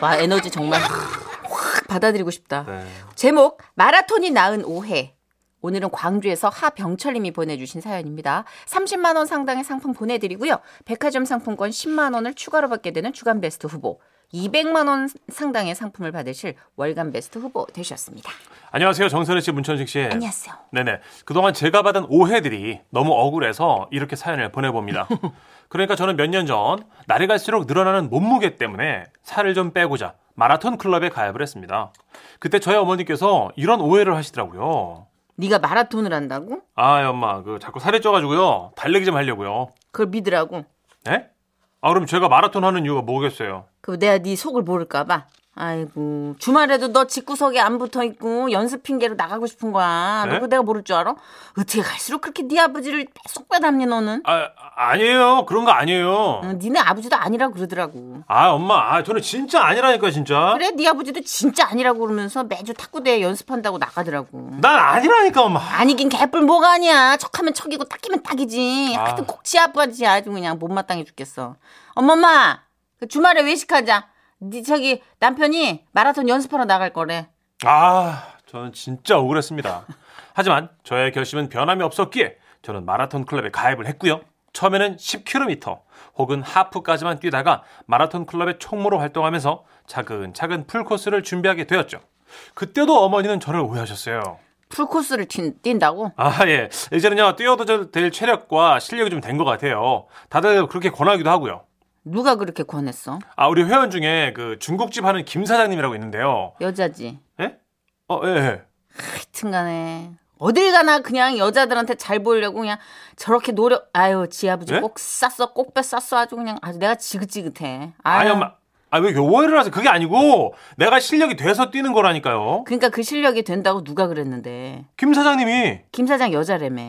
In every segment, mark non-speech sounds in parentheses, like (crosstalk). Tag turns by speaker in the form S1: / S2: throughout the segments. S1: 와 에너지 정말 확 받아들이고 싶다.
S2: 네.
S1: 제목 마라톤이 낳은 오해. 오늘은 광주에서 하병철님이 보내주신 사연입니다. 30만 원 상당의 상품 보내드리고요. 백화점 상품권 10만 원을 추가로 받게 되는 주간 베스트 후보, 200만 원 상당의 상품을 받으실 월간 베스트 후보 되셨습니다.
S2: 안녕하세요. 정선혜 씨, 문천식 씨.
S1: 안녕하세요.
S2: 네네. 그동안 제가 받은 오해들이 너무 억울해서 이렇게 사연을
S1: (laughs)
S2: 보내봅니다. 그러니까 저는 몇 년 전, 날이 갈수록 늘어나는 몸무게 때문에 살을 좀 빼고자 마라톤 클럽에 가입을 했습니다. 그때 저희 어머니께서 이런 오해를 하시더라고요.
S1: 네가 마라톤을 한다고?
S2: 아, 엄마, 그 자꾸 살이 쪄가지고요. 달리기 좀 하려고요.
S1: 그걸 믿으라고?
S2: 네? 아, 그럼 제가 마라톤 하는 이유가 뭐겠어요?
S1: 그 내가 네 속을 모를까봐. 아이고 주말에도 너 집구석에 안 붙어 있고 연습 핑계로 나가고 싶은 거야.
S2: 네?
S1: 너 그거 내가 모를 줄 알아? 어떻게 갈수록 그렇게 네 아버지를 쏙 빼닮니 너는?
S2: 아, 아니에요. 그런 거 아니에요.
S1: 어, 니네 아버지도 아니라고 그러더라고.
S2: 아, 엄마, 아, 저는 진짜 아니라니까, 진짜.
S1: 그래 네 아버지도 진짜 아니라고 그러면서 매주 탁구대회 연습한다고 나가더라고.
S2: 난 아니라니까, 엄마.
S1: 아니긴 개뿔 뭐가 아니야. 척하면 척이고 딱이면 딱이지.
S2: 아.
S1: 하여튼 꼭지 아빠지 아주 그냥 못마땅해 죽겠어. 엄마마 그 주말에 외식하자. 네 저기 남편이 마라톤 연습하러 나갈 거래.
S2: 아, 저는 진짜 억울했습니다. 하지만 저의 결심은 변함이 없었기에 저는 마라톤 클럽에 가입을 했고요. 처음에는 10km 혹은 하프까지만 뛰다가 마라톤 클럽의 총무로 활동하면서 차근차근 풀코스를 준비하게 되었죠. 그때도 어머니는 저를 오해하셨어요.
S1: 풀코스를 튄, 뛴다고?
S2: 아, 예. 이제는요, 뛰어도 될 체력과 실력이 좀 된 것 같아요. 다들 그렇게 권하기도 하고요.
S1: 누가 그렇게 권했어?
S2: 아, 우리 회원 중에 그 중국집 하는 김 사장님이라고 있는데요.
S1: 여자지.
S2: 예? 어, 예, 예.
S1: 하여튼간에 어딜 가나 그냥 여자들한테 잘 보이려고 그냥 저렇게 노력. 아유, 지 아버지
S2: 네?
S1: 꼭 쌌어, 꼭빼 쌌어 아주 그냥 아주 내가 지긋지긋해. 아유.
S2: 아니, 엄마. 아, 왜 이렇게 오해를 하세요? 그게 아니고, 내가 실력이 돼서 뛰는 거라니까요.
S1: 그러니까 그 실력이 된다고 누가 그랬는데
S2: 김 사장님이,
S1: 김 사장 여자라며.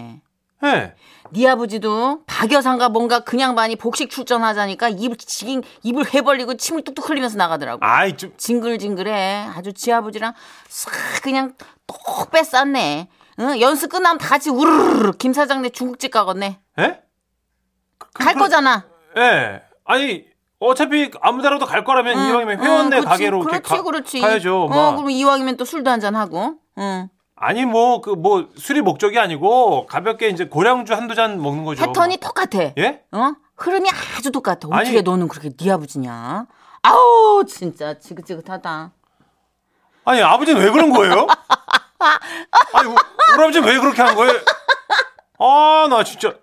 S2: 예.
S1: 네 아버지도 박여상과 뭔가 그냥 반이 복식 출전하자니까 입을 지긴 입을 해벌리고 침을 뚝뚝 흘리면서 나가더라고.
S2: 아이, 좀,
S1: 징글징글해. 아주 지 아버지랑 싹 그냥 똑 뺐었네. 응? 연습 끝나면 다 같이 우르르 김 사장네 중국집 가겠네.
S2: 예? 그- 그-
S1: 갈
S2: 그-
S1: 거잖아.
S2: 예. 아니, 어차피 아무데라도 갈 거라면 이왕이면 회원내
S1: 응, 음, 그렇지,
S2: 가게로 이렇게
S1: 그렇지,
S2: 가,
S1: 그렇지.
S2: 가야죠. 뭐.
S1: 어,
S2: 막.
S1: 그럼 이왕이면 또 술도 한잔 하고. 응.
S2: 아니, 뭐, 그, 뭐, 술이 목적이 아니고, 가볍게 이제 고량주 한두 잔 먹는 거죠.
S1: 패턴이 똑같아.
S2: 예?
S1: 어? 흐름이 아주 똑같아. 어떻게
S2: 아니-
S1: 너는 그렇게 네 아버지냐? 아우 진짜 지긋지긋하다.
S2: 아니 아버지는 왜 그런 거예요? 아니 우- 우리 아버지는 왜 그렇게 한 거예요? 아 나 진짜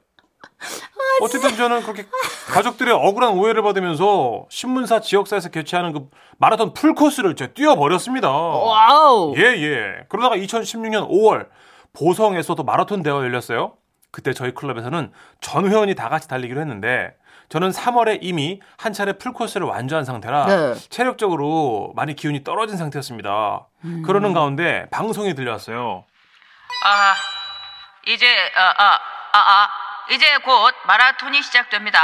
S2: 어쨌든 저는 그렇게 가족들의 억울한 오해를 받으면서 신문사 지역사에서 개최하는 그 마라톤 풀코스를 제가 뛰어버렸습니다.
S1: 와우.
S2: 예예. 그러다가 2016년 5월 보성에서도 마라톤 대회가 열렸어요. 그때 저희 클럽에서는 전 회원이 다 같이 달리기로 했는데 저는 3월에 이미 한 차례 풀코스를 완주한 상태라
S1: 네.
S2: 체력적으로 많이 기운이 떨어진 상태였습니다. 그러는 가운데 방송이 들려왔어요.
S3: 아, 이제 아, 아, 아, 아, 이제 곧 마라톤이 시작됩니다.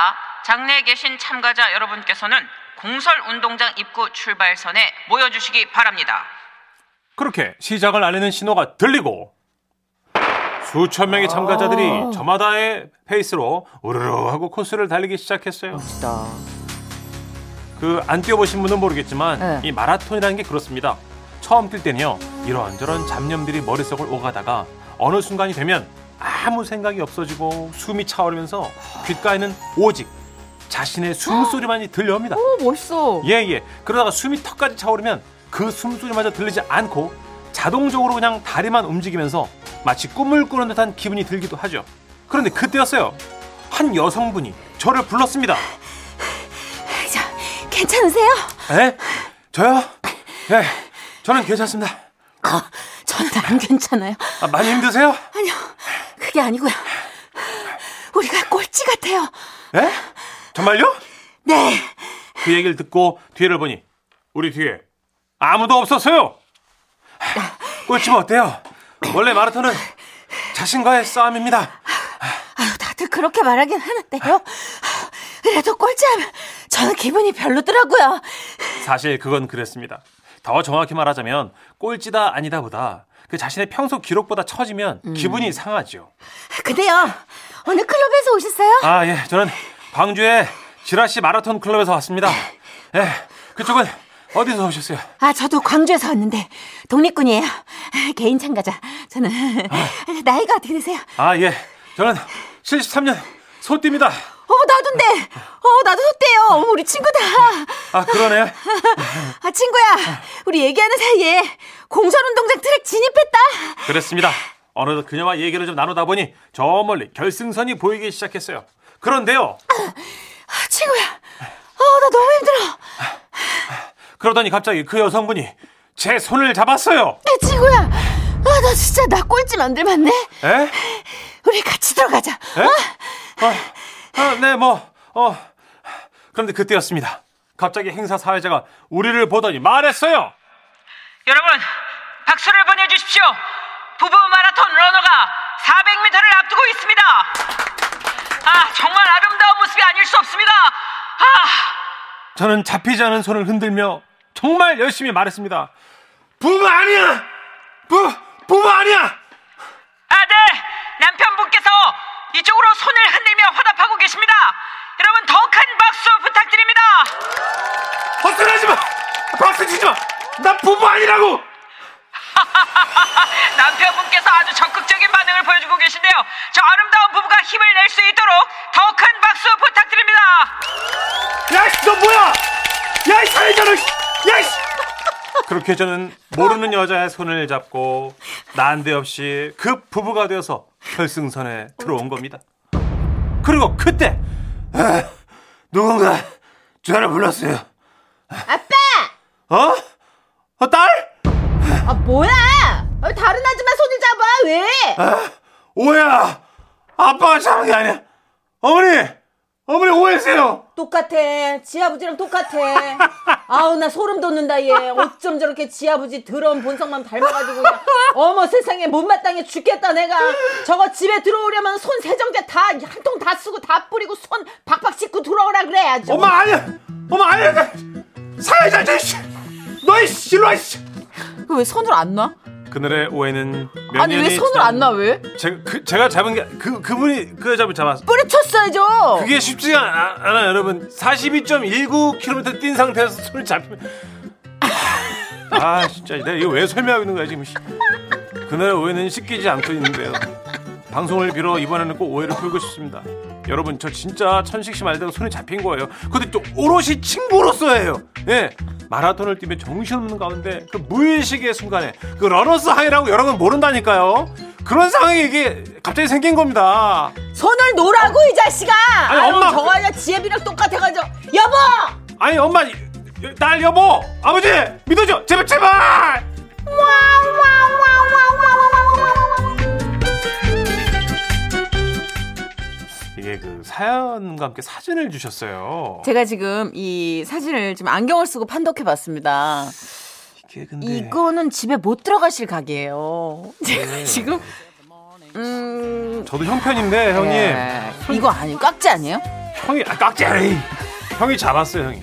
S3: 장내에 계신 참가자 여러분께서는 공설 운동장 입구 출발선에 모여주시기 바랍니다.
S2: 그렇게 시작을 알리는 신호가 들리고 수천 명의 참가자들이 저마다의 페이스로 우르르 하고 코스를 달리기 시작했어요.
S1: 멋있다.
S2: 그 안 뛰어보신 분은 모르겠지만
S1: 네.
S2: 이 마라톤이라는 게 그렇습니다. 처음 뛸 때는요 이런저런 잡념들이 머릿속을 오가다가 어느 순간이 되면 아무 생각이 없어지고 숨이 차오르면서 귓가에는 오직 자신의 숨소리만이 들려옵니다.
S1: 오 멋있어.
S2: 예예. 그러다가 숨이 턱까지 차오르면 그 숨소리마저 들리지 않고 자동적으로 그냥 다리만 움직이면서 마치 꿈을 꾸는 듯한 기분이 들기도 하죠. 그런데 그때였어요. 한 여성분이 저를 불렀습니다.
S1: 예. 저, 괜찮으세요?
S2: 에? 저요? 예, 저는 괜찮습니다.
S1: 아, 전안 괜찮아요.
S2: 아, 많이 힘드세요?
S1: 아니요, 그게 아니고요. 우리가 꼴찌 같아요.
S2: 예? 정말요?
S1: 네.
S2: 그 얘기를 듣고 뒤를 보니 우리 뒤에 아무도 없었어요. 꼴찌면 어때요? 원래 마라톤은 자신과의 싸움입니다.
S1: 아유, 다들 그렇게 말하긴 하는데요. 그래도 꼴찌하면 저는 기분이 별로더라고요.
S2: 사실 그건 그랬습니다. 더 정확히 말하자면 꼴찌다 아니다보다 그 자신의 평소 기록보다 처지면 기분이 상하죠.
S1: 근데요, 어느 클럽에서 오셨어요?
S2: 아, 예. 저는 광주의 지라시 마라톤 클럽에서 왔습니다. 예. 그쪽은 어디서 오셨어요?
S1: 아, 저도 광주에서 왔는데 독립군이에요. 개인 참가자. 저는 나이가 어떻게 되세요?
S2: 아, 예. 저는 73년 소띠입니다.
S1: 어, 나도인데. 어, 나도 소대요. 어머, 우리 친구다.
S2: 아, 그러네.
S1: 아, 친구야. 우리 얘기하는 사이에 공설운동장 트랙 진입했다.
S2: 그랬습니다. 어느덧 그녀와 얘기를 좀 나누다 보니 저 멀리 결승선이 보이기 시작했어요. 그런데요.
S1: 아, 친구야. 어, 나 너무 힘들어.
S2: 그러더니 갑자기 그 여성분이 제 손을 잡았어요.
S1: 야, 친구야. 아, 나 진짜 나 꼴찌 만들만네.
S2: 에?
S1: 우리 같이 들어가자.
S2: 에? 아, 아, 네, 뭐, 어. 그런데 그때였습니다. 갑자기 행사 사회자가 우리를 보더니 말했어요.
S3: 여러분 박수를 보내주십시오. 부부 마라톤 러너가 400m를 앞두고 있습니다. 아 정말 아름다운 모습이 아닐 수 없습니다. 아
S2: 저는 잡히지 않은 손을 흔들며 정말 열심히 말했습니다. 부부 아니야! 부, 부부 아니야!
S3: 아, 네. 남편분께서 이쪽으로 손을 흔들며 화답하고 계십니다. 여러분 더 큰 박수 부탁드립니다.
S2: 허술하지 마! 박수 치지 마! 나 부부 아니라고!
S3: 남편분께서 아주 적극적인 반응을 보여주고 계신데요. 저 아름다운 부부가 힘을 낼 수 있도록 더 큰 박수 부탁드립니다.
S2: 야, 씨, 너 뭐야! 야, 이 사회자로! 야, 씨! 그렇게 저는 모르는 여자의 손을 잡고 난데없이 그 부부가 되어서 결승선에 들어온 겁니다. 그리고 그때 아, 누군가 저를 불렀어요.
S1: 아빠!
S2: 어? 어 딸?
S1: 아, 뭐야? 아, 다른 아줌마 손을 잡아. 왜?
S2: 아, 오해야. 아빠가 잡은 게 아니야. 어머니, 어머니 오해세요.
S4: 똑같아. 지아버지랑 똑같아. 아우, 나 소름 돋는다, 얘. 어쩜 저렇게 지아버지 더러운 본성만 닮아가지고 그냥. 어머, 세상에 못마땅해 죽겠다, 내가. 저거 집에 들어오려면 손 세정제 다, 한 통 다 쓰고 다 뿌리고 손 박박 씻고 들어오라 그래야지.
S2: 엄마 아니야. 엄마 아니야. 나 사회자 저씨. 너이 씨로 씨.
S4: 왜 손을 안 놔?
S2: 그늘의 오해는 몇
S4: 아니, 왜
S2: 년이
S4: 손을
S2: 지난-
S4: 안 놔, 왜?
S2: 제가 그, 제가 잡은 게 그 그분이 그 여자분 잡았어.
S4: 뿌리쳤어야죠!
S2: 그게 쉽지가 아- 않아요, 여러분. 42.19km 뛴 상태에서 손을 잡히면 아 진짜 내가 이거 왜 설명하고 있는 거야 지금 씨. 그날 오해는 씻기지 않고 있는데요. 방송을 빌어 이번에는 꼭 오해를 풀고 싶습니다. 여러분 저 진짜 천식 씨 말대로 손에 잡힌 거예요. 근데 또 오롯이 친구로서예요. 예. 마라톤을 뛰며 정신없는 가운데 그 무의식의 순간에 그 러너스 하이라고 여러분 모른다니까요. 그런 상황이 이게 갑자기 생긴 겁니다.
S4: 손을 놓으라고, 이 자식아!
S2: 아니,
S4: 아유,
S2: 엄마- 그-
S4: 저거 아니야, 지아비랑 똑같아가지고. 여보!
S2: 아니 엄마 딸 여보 아버지 믿어줘 제발 제발 이게 그 사연과 함께 사진을 주셨어요
S1: 제가 지금 이 사진을 지금 안경을 쓰고 판독해 봤습니다.
S2: 이게 근데
S1: 이거는 집에 못 들어가실 각이에요.
S2: 네.
S1: 제가 지금 음
S2: 저도 형편인데 형님
S1: 예. 이거 아니에요. 깍지 아니에요? 예,
S2: 형이 아, 깍지 형이 잡았어요 형이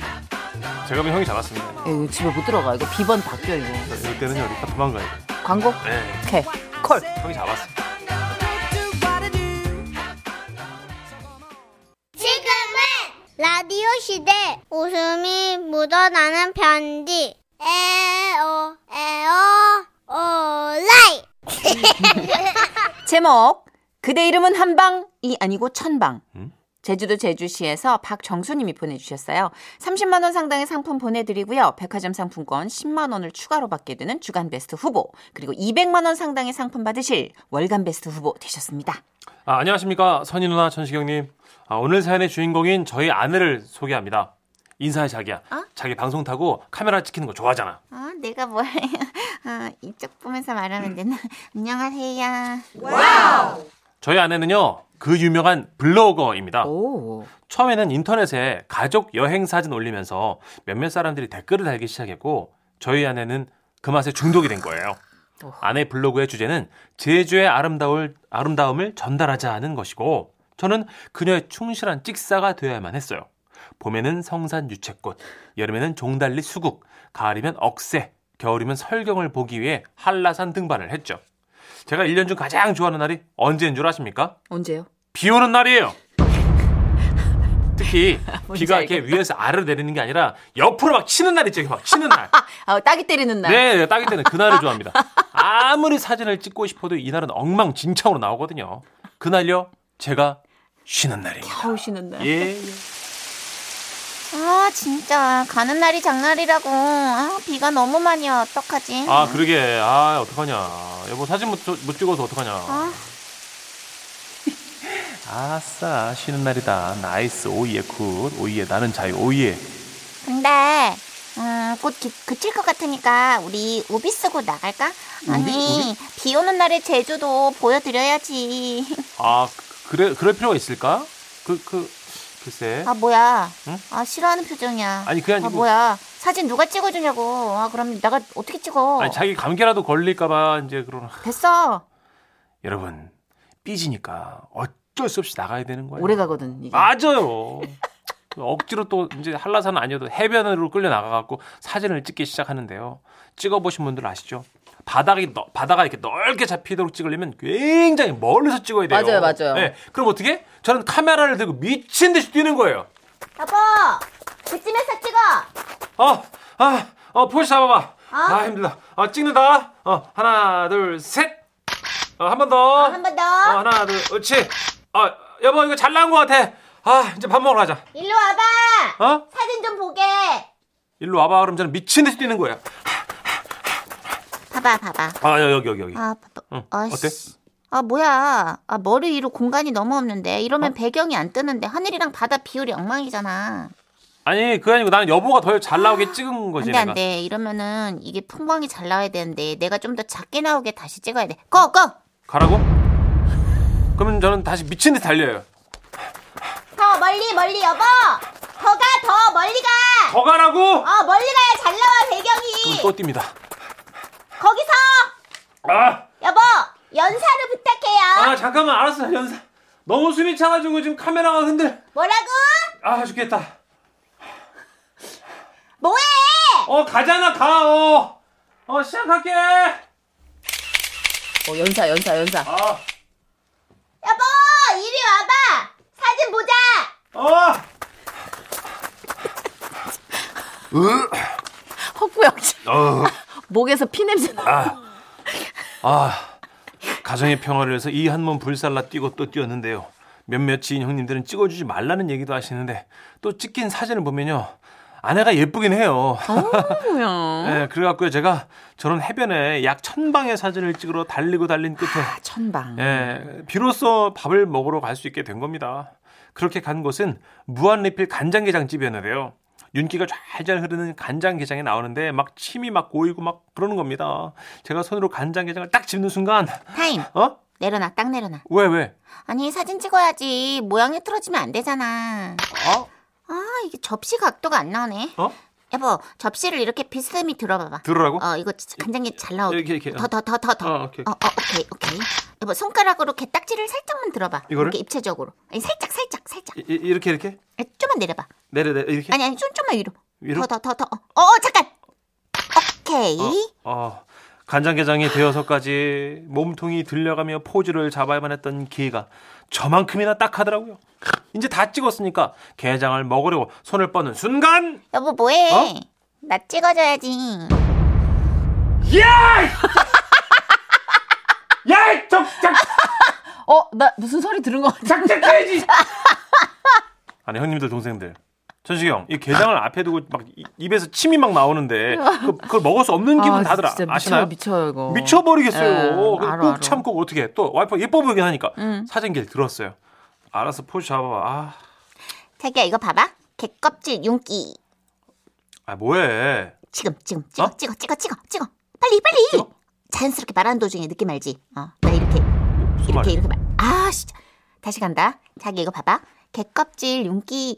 S2: 제가 보면 형이 잡았습니다
S1: 예, 이거 집에 못 들어가. 이거 비번 바뀌어 이거.
S2: 이럴 때는 여기가 도망가야 돼
S1: 광고?
S2: 네.
S1: 오케이. 콜.
S2: 형이 잡았어
S5: 지금은 라디오 시대 웃음이 묻어나는 편지 에어 에어 오라이
S1: 제목 그대 이름은 한방이 아니고 천방.
S2: 음?
S1: 제주도 제주시에서 박정수님이 보내주셨어요. 30만 원 상당의 상품 보내드리고요. 백화점 상품권 10만 원을 추가로 받게 되는 주간 베스트 후보 그리고 200만 원 상당의 상품 받으실 월간 베스트 후보 되셨습니다.
S2: 아, 안녕하십니까 선희 누나 천식형님 아, 오늘 사연의 주인공인 저희 아내를 소개합니다 인사해 자기야 자기 방송 타고 카메라 찍히는 거 좋아하잖아
S6: 아, 내가 뭘 아, 이쪽 보면서 말하면 되나? 안녕하세요.
S2: 저희 아내는요 그 유명한 블로거입니다.
S1: 오.
S2: 처음에는 인터넷에 가족 여행 사진 올리면서 몇몇 사람들이 댓글을 달기 시작했고 저희 아내는 그 맛에 중독이 된 거예요. 아내 블로그의 주제는 제주의 아름다울, 아름다움을 전달하자 하는 것이고 저는 그녀의 충실한 찍사가 되어야만 했어요. 봄에는 성산 유채꽃, 여름에는 종달리 수국, 가을이면 억새, 겨울이면 설경을 보기 위해 한라산 등반을 했죠. 제가 1년 중 가장 좋아하는 날이 언제인 줄 아십니까?
S1: 언제요?
S2: 비 오는 날이에요. 특히 (laughs) 특히 비가 이렇게 위에서 아래로 내리는 게 아니라 옆으로 막 치는 날 있죠. 이렇게 막 치는 날.
S7: 아, 따기 때리는 날.
S2: (laughs) 네, 네, 따기 때는 그날을 좋아합니다. 아무리 사진을 찍고 싶어도 이날은 엉망진창으로 나오거든요. 그날요, 제가 쉬는 날입니다.
S7: 겨우 쉬는 날.
S2: 예.
S1: 아 진짜 가는 날이 장날이라고. 아 비가 너무 많이 와 어떡하지?
S2: 아, 그러게. 아, 어떡하냐. 여보, 사진 못, 못 찍어서 어떡하냐.
S1: 아.
S2: (laughs) 아싸, 쉬는 날이다. 나이스, 오이에 굿. 오이에, 나는 자유, 오이에.
S1: 근데 음, 곧 기- 그칠 것 같으니까 우리 우비 쓰고 나갈까? 아니 비 오는 날에 제주도 보여드려야지.
S2: 아, 그래, 그럴 필요가 있을까? 그, 그, 글쎄.
S1: 아 뭐야?
S2: 응?
S1: 아 싫어하는 표정이야.
S2: 아니, 그게 아니고-
S1: 아 뭐야? 사진 누가 찍어주냐고. 아 그럼 내가 어떻게 찍어?
S2: 아니, 자기 감기라도 걸릴까봐 이제 그런.
S1: 됐어.
S2: 여러분, 삐지니까 어쩔 수 없이 나가야 되는 거예요.
S7: 오래 가거든, 이게.
S2: 맞아요. 그 억지로 또 이제 한라산은 아니어도 해변으로 끌려 나가갖고 사진을 찍기 시작하는데요. 찍어보신 분들 아시죠? 바닥이 너- 바다가 이렇게 넓게 잡히도록 찍으려면 굉장히 멀리서 찍어야 돼요.
S7: 맞아요, 맞아요.
S2: 네, 그럼 어떻게? 저는 카메라를 들고 미친 듯이 뛰는 거예요.
S1: 여보 그쯤에서 찍어.
S2: 어, 아, 어, 포즈 잡아봐. 아, 힘들다. 어, 찍는다. 어, 하나, 둘, 셋. 어, 한 번 더.
S1: 아, 한 번 더.
S2: 어, 하나, 둘, 그렇지. 아, 여보 이거 잘 나온 것 같아. 아, 이제 밥 먹으러 가자.
S1: 일로 와봐.
S2: 어?
S1: 사진 좀 보게.
S2: 일로 와봐 그럼 저는 미친 듯이 뛰는 거야.
S1: 봐봐 봐봐.
S2: 아 여- 여기 여기 여기.
S1: 아 봐봐.
S2: 응.
S1: 아이씨.
S2: 어때?
S1: 아 뭐야? 아 머리 위로 공간이 너무 없는데
S2: 어?
S1: 이러면 배경이 안 뜨는데 하늘이랑 바다 비율이 엉망이잖아.
S2: 아니 그게 아니고 나는 여보가 더 잘 나오게 찍은 거지
S1: 아, 안돼
S2: 내가.
S1: 안돼 이러면은 이게 풍광이 잘 나와야 되는데 내가 좀 더 작게 나오게 다시 찍어야 돼. 고 고.
S2: 가라고? 그러면 저는 다시 미친 듯이 달려요.
S1: 더 멀리 멀리 여보. 더 가 더 멀리 가.
S2: 더 가라고?
S1: 어 멀리 가야 잘 나와 배경이.
S2: 그럼 어, 또 뜁니다.
S1: 거기서
S2: 아,
S1: 여보 연사를 부탁해요.
S2: 아 잠깐만 알았어 연사. 너무 숨이 차가지고 지금 카메라가 흔들.
S1: 뭐라고?
S2: 아 죽겠다.
S1: 뭐해?
S2: 어 가잖아 가. 어, 어 시작할게.
S7: 어, 연사, 연사, 연사.
S2: 아,
S1: 여보 이리 와봐. 사진 보자.
S2: 어.
S7: 헛구역질.
S2: 어.
S7: 목에서 피 냄새 나.
S2: 아, 가정의 평화를 위해서 이 한 몸 불살라 뛰고 또 뛰었는데요. 몇몇 지인 형님들은 찍어주지 말라는 얘기도 하시는데 또 찍힌 사진을 보면요. 아내가 예쁘긴 해요.
S7: 뭐야.
S2: 예, 그래갖고요. 제가 저런 해변에 약 천방의 사진을 찍으러 달리고 달린 끝에
S7: 천방.
S2: 예, 비로소 밥을 먹으러 갈 수 있게 된 겁니다. 그렇게 간 곳은 무한리필 간장게장 집이었는데요. 윤기가 좔좔 흐르는 간장게장이 나오는데 막 침이 막 고이고 막 그러는 겁니다. 제가 손으로 간장게장을 딱 집는 순간
S1: 타임
S2: 어?
S1: 내려놔 딱 내려놔.
S2: 왜 왜?
S1: 아니 사진 찍어야지 모양이 틀어지면 안 되잖아.
S2: 어?
S1: 아 이게 접시 각도가 안 나오네.
S2: 어?
S1: 여보 접시를 이렇게 비스듬히 들어봐봐.
S2: 들으라고?
S1: 어 이거 진짜 간장게 잘 나오게.
S2: 이렇게, 이렇게.
S1: 더 더 더 더 더.
S2: 어, 오케이.
S1: 어, 어, 오케이 오케이. 여보 손가락으로 게딱지를 살짝만 들어봐.
S2: 이거를?
S1: 이렇게 입체적으로. 아니 살짝 살짝 살짝.
S2: 이, 이- 이렇게 이렇게
S1: 아니, 좀만 내려봐.
S2: 내려 내려 이렇게.
S1: 아니 아니 손 좀만 위로.
S2: 위로?
S1: 더 더 더 더. 어, 어 잠깐. 오케이.
S2: 어, 간장게장이 되어서까지 몸통이 들려가며 포즈를 잡아야만 했던 기회가 저만큼이나 딱 하더라고요. 이제 다 찍었으니까 게장을 먹으려고 손을 뻗는 순간
S1: 여보 뭐해?
S2: 어?
S1: 나 찍어줘야지.
S2: 야! 야!
S7: 어, 나 무슨 소리 들은 것 같아.
S2: 적작해야지 아니 형님들 동생들 천식이 형, 이 게장을 앞에 두고 막 이- 입에서 침이 막 나오는데 그- 그걸 먹을 수 없는 기분 다들 아-
S7: 진짜
S2: 아시나요?
S7: 미쳐요, 미쳐요, 이거. 예,
S2: 미쳐버리겠어요.
S7: 알아,
S2: 꾹
S7: 알아. 음.
S2: 참고 어떻게 해. 또 와이프 가 예뻐 보이긴 하니까 사진길 들었어요. 알아서 포즈 잡아봐. 아,
S1: 자기야 이거 봐봐. 개껍질 윤기.
S2: 아 뭐해?
S1: 지금 지금 찍어
S2: 어?
S1: 찍어 찍어 찍어 찍어. 빨리 빨리. 자연스럽게 말하는 도중에 느낌 알지? 어, 나 이렇게
S2: 무슨
S1: 이렇게
S2: 말이야?
S1: 이렇게 말. 아 진짜. 다시 간다. 자기 이거 봐봐. 개껍질 윤기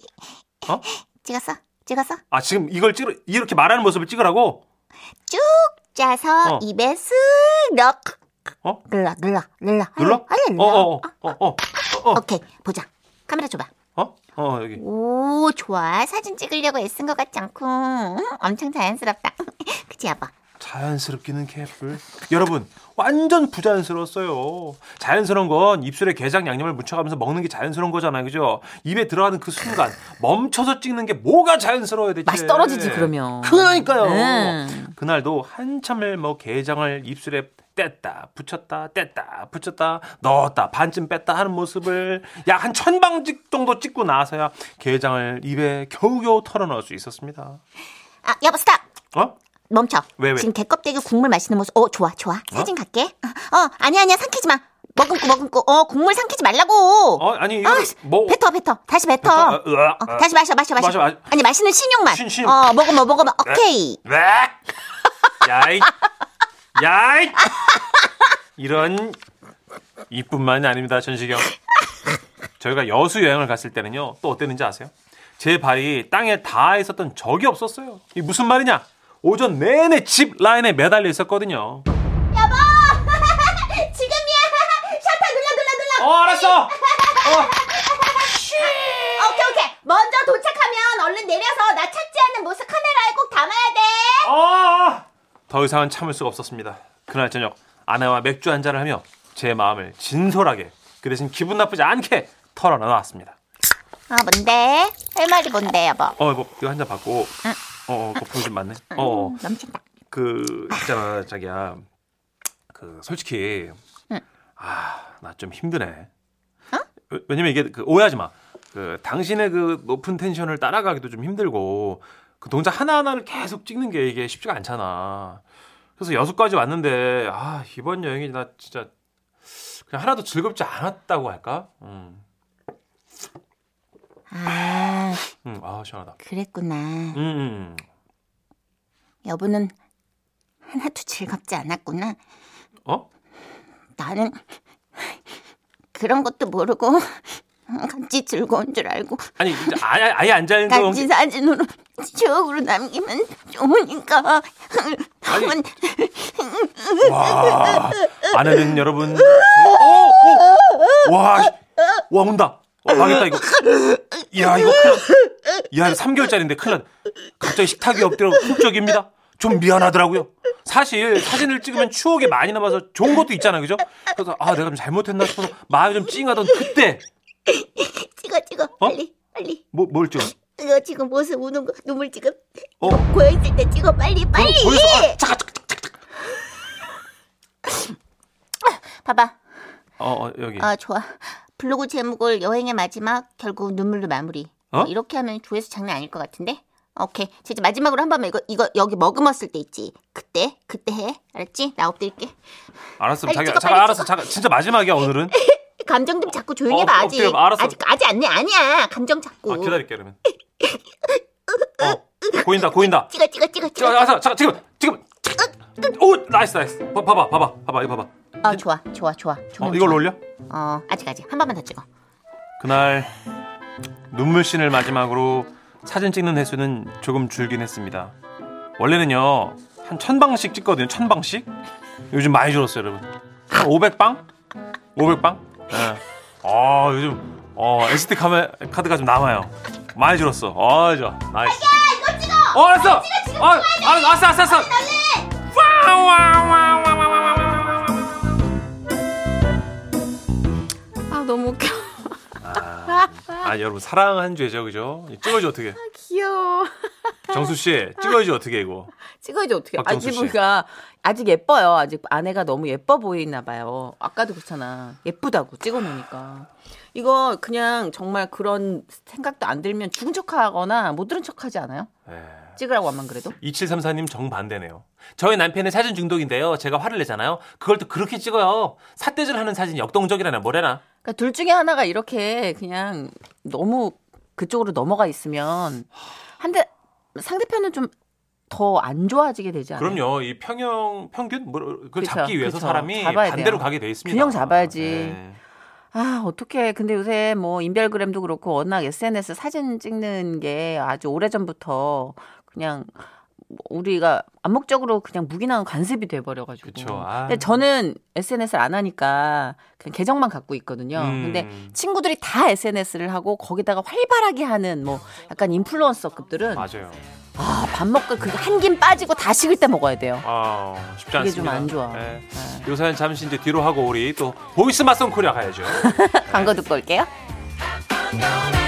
S2: 어?
S1: 찍었어? 찍었어?
S2: 아 지금 이걸 찍으 이렇게 말하는 모습을 찍으라고?
S1: 쭉 짜서
S2: 어.
S1: 입에 쓱 넣어.
S2: 어?
S1: 눌러 눌러 눌러.
S2: 눌러?
S1: 아니
S2: 어,
S1: 눌러.
S2: 어, 어, 어, 어, 어,
S1: 오케이 보자. 카메라 줘봐.
S2: 어, 어, 여기.
S1: 오 좋아. 사진 찍으려고 애쓴 것 같지 않고 음, 엄청 자연스럽다. (laughs) 그치 아빠?
S2: 자연스럽기는 개뿔. 여러분, 완전 부자연스러웠어요. 자연스러운 건 입술에 게장 양념을 묻혀가면서 먹는 게 자연스러운 거잖아요. 그죠? 입에 들어가는 그 순간 멈춰서 찍는 게 뭐가 자연스러워야 되지?
S1: 맛이 떨어지지, 그러면.
S2: 그러니까요.
S1: 음.
S2: 그날도 한참을 뭐 게장을 입술에 뗐다, 붙였다, 뗐다, 붙였다, 넣었다, 반쯤 뺐다 하는 모습을 약 한 천방직 정도 찍고 나서야 게장을 입에 겨우겨우 털어넣을 수 있었습니다.
S6: 아, 여보 스탑.
S2: 어?
S6: 멈춰.
S2: 왜, 왜?
S6: 지금 개껍데기 국물 마시는 모습. 어, 좋아, 좋아. 사진 갈게. 어, 아니야, 아니야. 삼키지 마. 머금고 머금고. 어, 국물 삼키지 말라고.
S2: 어, 아니, 이거
S6: 아,
S2: 뭐.
S6: 뱉어, 뱉어. 다시 뱉어.
S2: 뱉어? 으, 으아,
S6: 어,
S2: 아.
S6: 다시 마셔, 마셔, 마셔.
S2: 마셔, 마셔.
S6: 아니, 마시는 신용만.
S2: 신, 네. 신용.
S6: 어, 먹어봐, 먹어봐. 오케이.
S2: 왜? 야이, 야이. 이런 이뿐만이 아닙니다, 전시경. 저희가 여수 여행을 갔을 때는요, 또 어땠는지 아세요? 제 발이 땅에 닿아 있었던 적이 없었어요. 이 무슨 말이냐? 오전 내내 집 라인에 매달려 있었거든요.
S5: 여보! (laughs) 지금이야! (laughs) 셔터 눌러 눌러 눌러!
S2: 어, 알았어.
S5: 어, 오케이 오케이! 먼저 도착하면 얼른 내려서 나 찾지 않는 모습 카메라에 꼭 담아야 돼!
S2: 어! 더 이상은 참을 수가 없었습니다. 그날 저녁 아내와 맥주 한 잔을 하며 제 마음을 진솔하게 그 대신 기분 나쁘지 않게 털어놔왔습니다.
S6: 아, 뭔데? 할 말이 뭔데, 여보?
S2: 어, 뭐 이거 한 잔 받고. 어, 어, 그거 보여주 맞네. 어, 어.
S6: 넘친다.
S2: 그 있잖아, 자기야. 그 솔직히 아, 나 좀 힘드네. 왜- 왜냐면 이게 그 오해하지 마. 그 당신의 그 높은 텐션을 따라가기도 좀 힘들고 그 동작 하나하나를 계속 찍는 게 이게 쉽지가 않잖아. 그래서 여수까지 왔는데 아, 이번 여행이 나 진짜 그냥 하나도 즐겁지 않았다고 할까? 음.
S6: 아,
S2: 음, 아, 시원하다.
S6: 그랬구나.
S2: 음, 음.
S6: 여보는 하나도 즐겁지 않았구나.
S2: 어?
S6: 나는 그런 것도 모르고 같이 즐거운 줄 알고
S2: 아니 이제 아예 아예 앉아 있는 거
S6: 같이 사진으로 추억으로 남기면 좋으니까 한번
S2: 와 아내는
S6: 어,
S2: 여러분 오, 오! 와와 온다 와 망했다 이거 야 이거 큰일 났- 야 3개월짜리인데 큰일 났 갑자기 식탁이 엎드려 훌쩍입니다 좀 미안하더라고요 사실 사진을 찍으면 추억이 많이 남아서 좋은 것도 있잖아 그죠 그래서 아 내가 좀 잘못했나 싶어서 마음이 좀 찡하던 그때
S6: 찍어 찍어 빨리 빨리
S2: 뭐, 뭘 찍어
S6: 너 지금 모습 우는 거 눈물 지금
S2: 어
S6: 고여 있을 때 찍어 빨리 빨리
S2: 보여서 아, 잠깐 잠깐
S6: 봐봐
S2: 어, 어 여기
S6: 아 좋아 블로그 제목을 여행의 마지막 결국 눈물로 마무리
S2: 어?
S6: 이렇게 하면 조회수 장난 아닐 것 같은데 오케이 진짜 마지막으로 한 번만 이거 이거 여기 머금었을 때 있지 그때 그때 해 알았지 나 엎드릴게
S2: 알았어
S6: 빨리
S2: 자기
S6: 찍어,
S2: 자
S6: 빨리
S2: 알았어 잠깐 진짜 마지막이야 오늘은
S6: 감정 좀 자꾸 조용히
S2: 어,
S6: 해봐
S2: 어,
S6: 아직
S2: 그래요. 알았어.
S6: 아직 아직 안내 아니야 감정 자꾸
S2: 아 기다릴게 그러면. 어 보인다 보인다.
S6: 찍어 찍어 찍어
S2: 지금
S6: 찍어
S2: 아 지금 지금 오 나이스 나이스. 봐, 봐봐 봐봐 봐봐 이거 봐봐.
S6: 아 좋아 좋아 좋아 조명
S2: 어 이걸
S6: 좋아.
S2: 올려?
S6: 어 아직 아직 한 번만 더 찍어
S2: 그날 눈물 씬을 마지막으로 사진 찍는 횟수는 조금 줄긴 했습니다. 원래는요 한 천 방씩 찍거든요 천 방씩. 요즘 많이 줄었어요 여러분. 한 500방? 500방? 예. 아 요즘 어 SD 카메 카드가 좀 남아요. 많이 줄었어. 아 좋아 나이스.
S5: 이거 찍어!
S2: 어, 알았어. 어, 알았어, 알았어, 알았어. 알았어. 와, 와, 와, 와, 와, 와, 와, 와.
S1: 아, 너무 웃겨.
S2: 아, 여러분 사랑한 죄죠, 그죠? 찍어야지 어떻게?
S1: 아, 귀여워.
S2: 정수 씨, 찍어야지 어떻게 이거?
S1: 찍어야지 어떻게. 아,
S2: 박정수 씨.
S1: 지부가 아직 예뻐요. 아직 아내가 너무 예뻐 보이나 봐요. 아까도 그렇잖아. 예쁘다고 찍어놓으니까. 이거 그냥 정말 그런 생각도 안 들면 죽은 척하거나 못 들은 척하지 않아요? 찍으라고 하면 그래도.
S2: 2734님 예. 정반대네요. 저희 남편은 사진 중독인데요. 제가 화를 내잖아요. 그걸 또 그렇게 찍어요. 삿대질 하는 사진이 역동적이라나 뭐래나.
S1: 그러니까 둘 중에 하나가 이렇게 그냥 너무 그쪽으로 넘어가 있으면 한데 상대편은 좀 더 안 좋아지게 되지 않아요?
S2: 그럼요. 이 평형 평균 뭐 그걸
S1: 그쵸,
S2: 잡기 위해서
S1: 그쵸.
S2: 사람이
S1: 잡아야
S2: 반대로
S1: 돼요.
S2: 가게 돼 있습니다.
S1: 균형 잡아야지.
S2: 네.
S1: 아, 어떡해. 근데 요새 뭐 인별그램도 그렇고 워낙 SNS 사진 찍는 게 아주 오래전부터 그냥 우리가 암묵적으로 그냥 무기나한 관습이 돼 버려 가지고.
S2: 그쵸, 아.
S1: 근데 저는 SNS를 안 하니까 그냥 계정만 갖고 있거든요.
S2: 음.
S1: 근데 친구들이 다 SNS를 하고 거기다가 활발하게 하는 뭐 약간 인플루언서급들은
S2: 맞아요.
S1: 아, 밥 먹고 그 한 김 빠지고 다 식을 때 먹어야 돼요.
S2: 아, 쉽지
S1: 그게
S2: 않습니다.
S1: 좀 안 좋아.
S2: 네. 요 사연 잠시 이제 뒤로 하고 우리 또 보이스 맞선 코리아 가야죠.
S1: 광고 듣고 올게요.
S5: 넌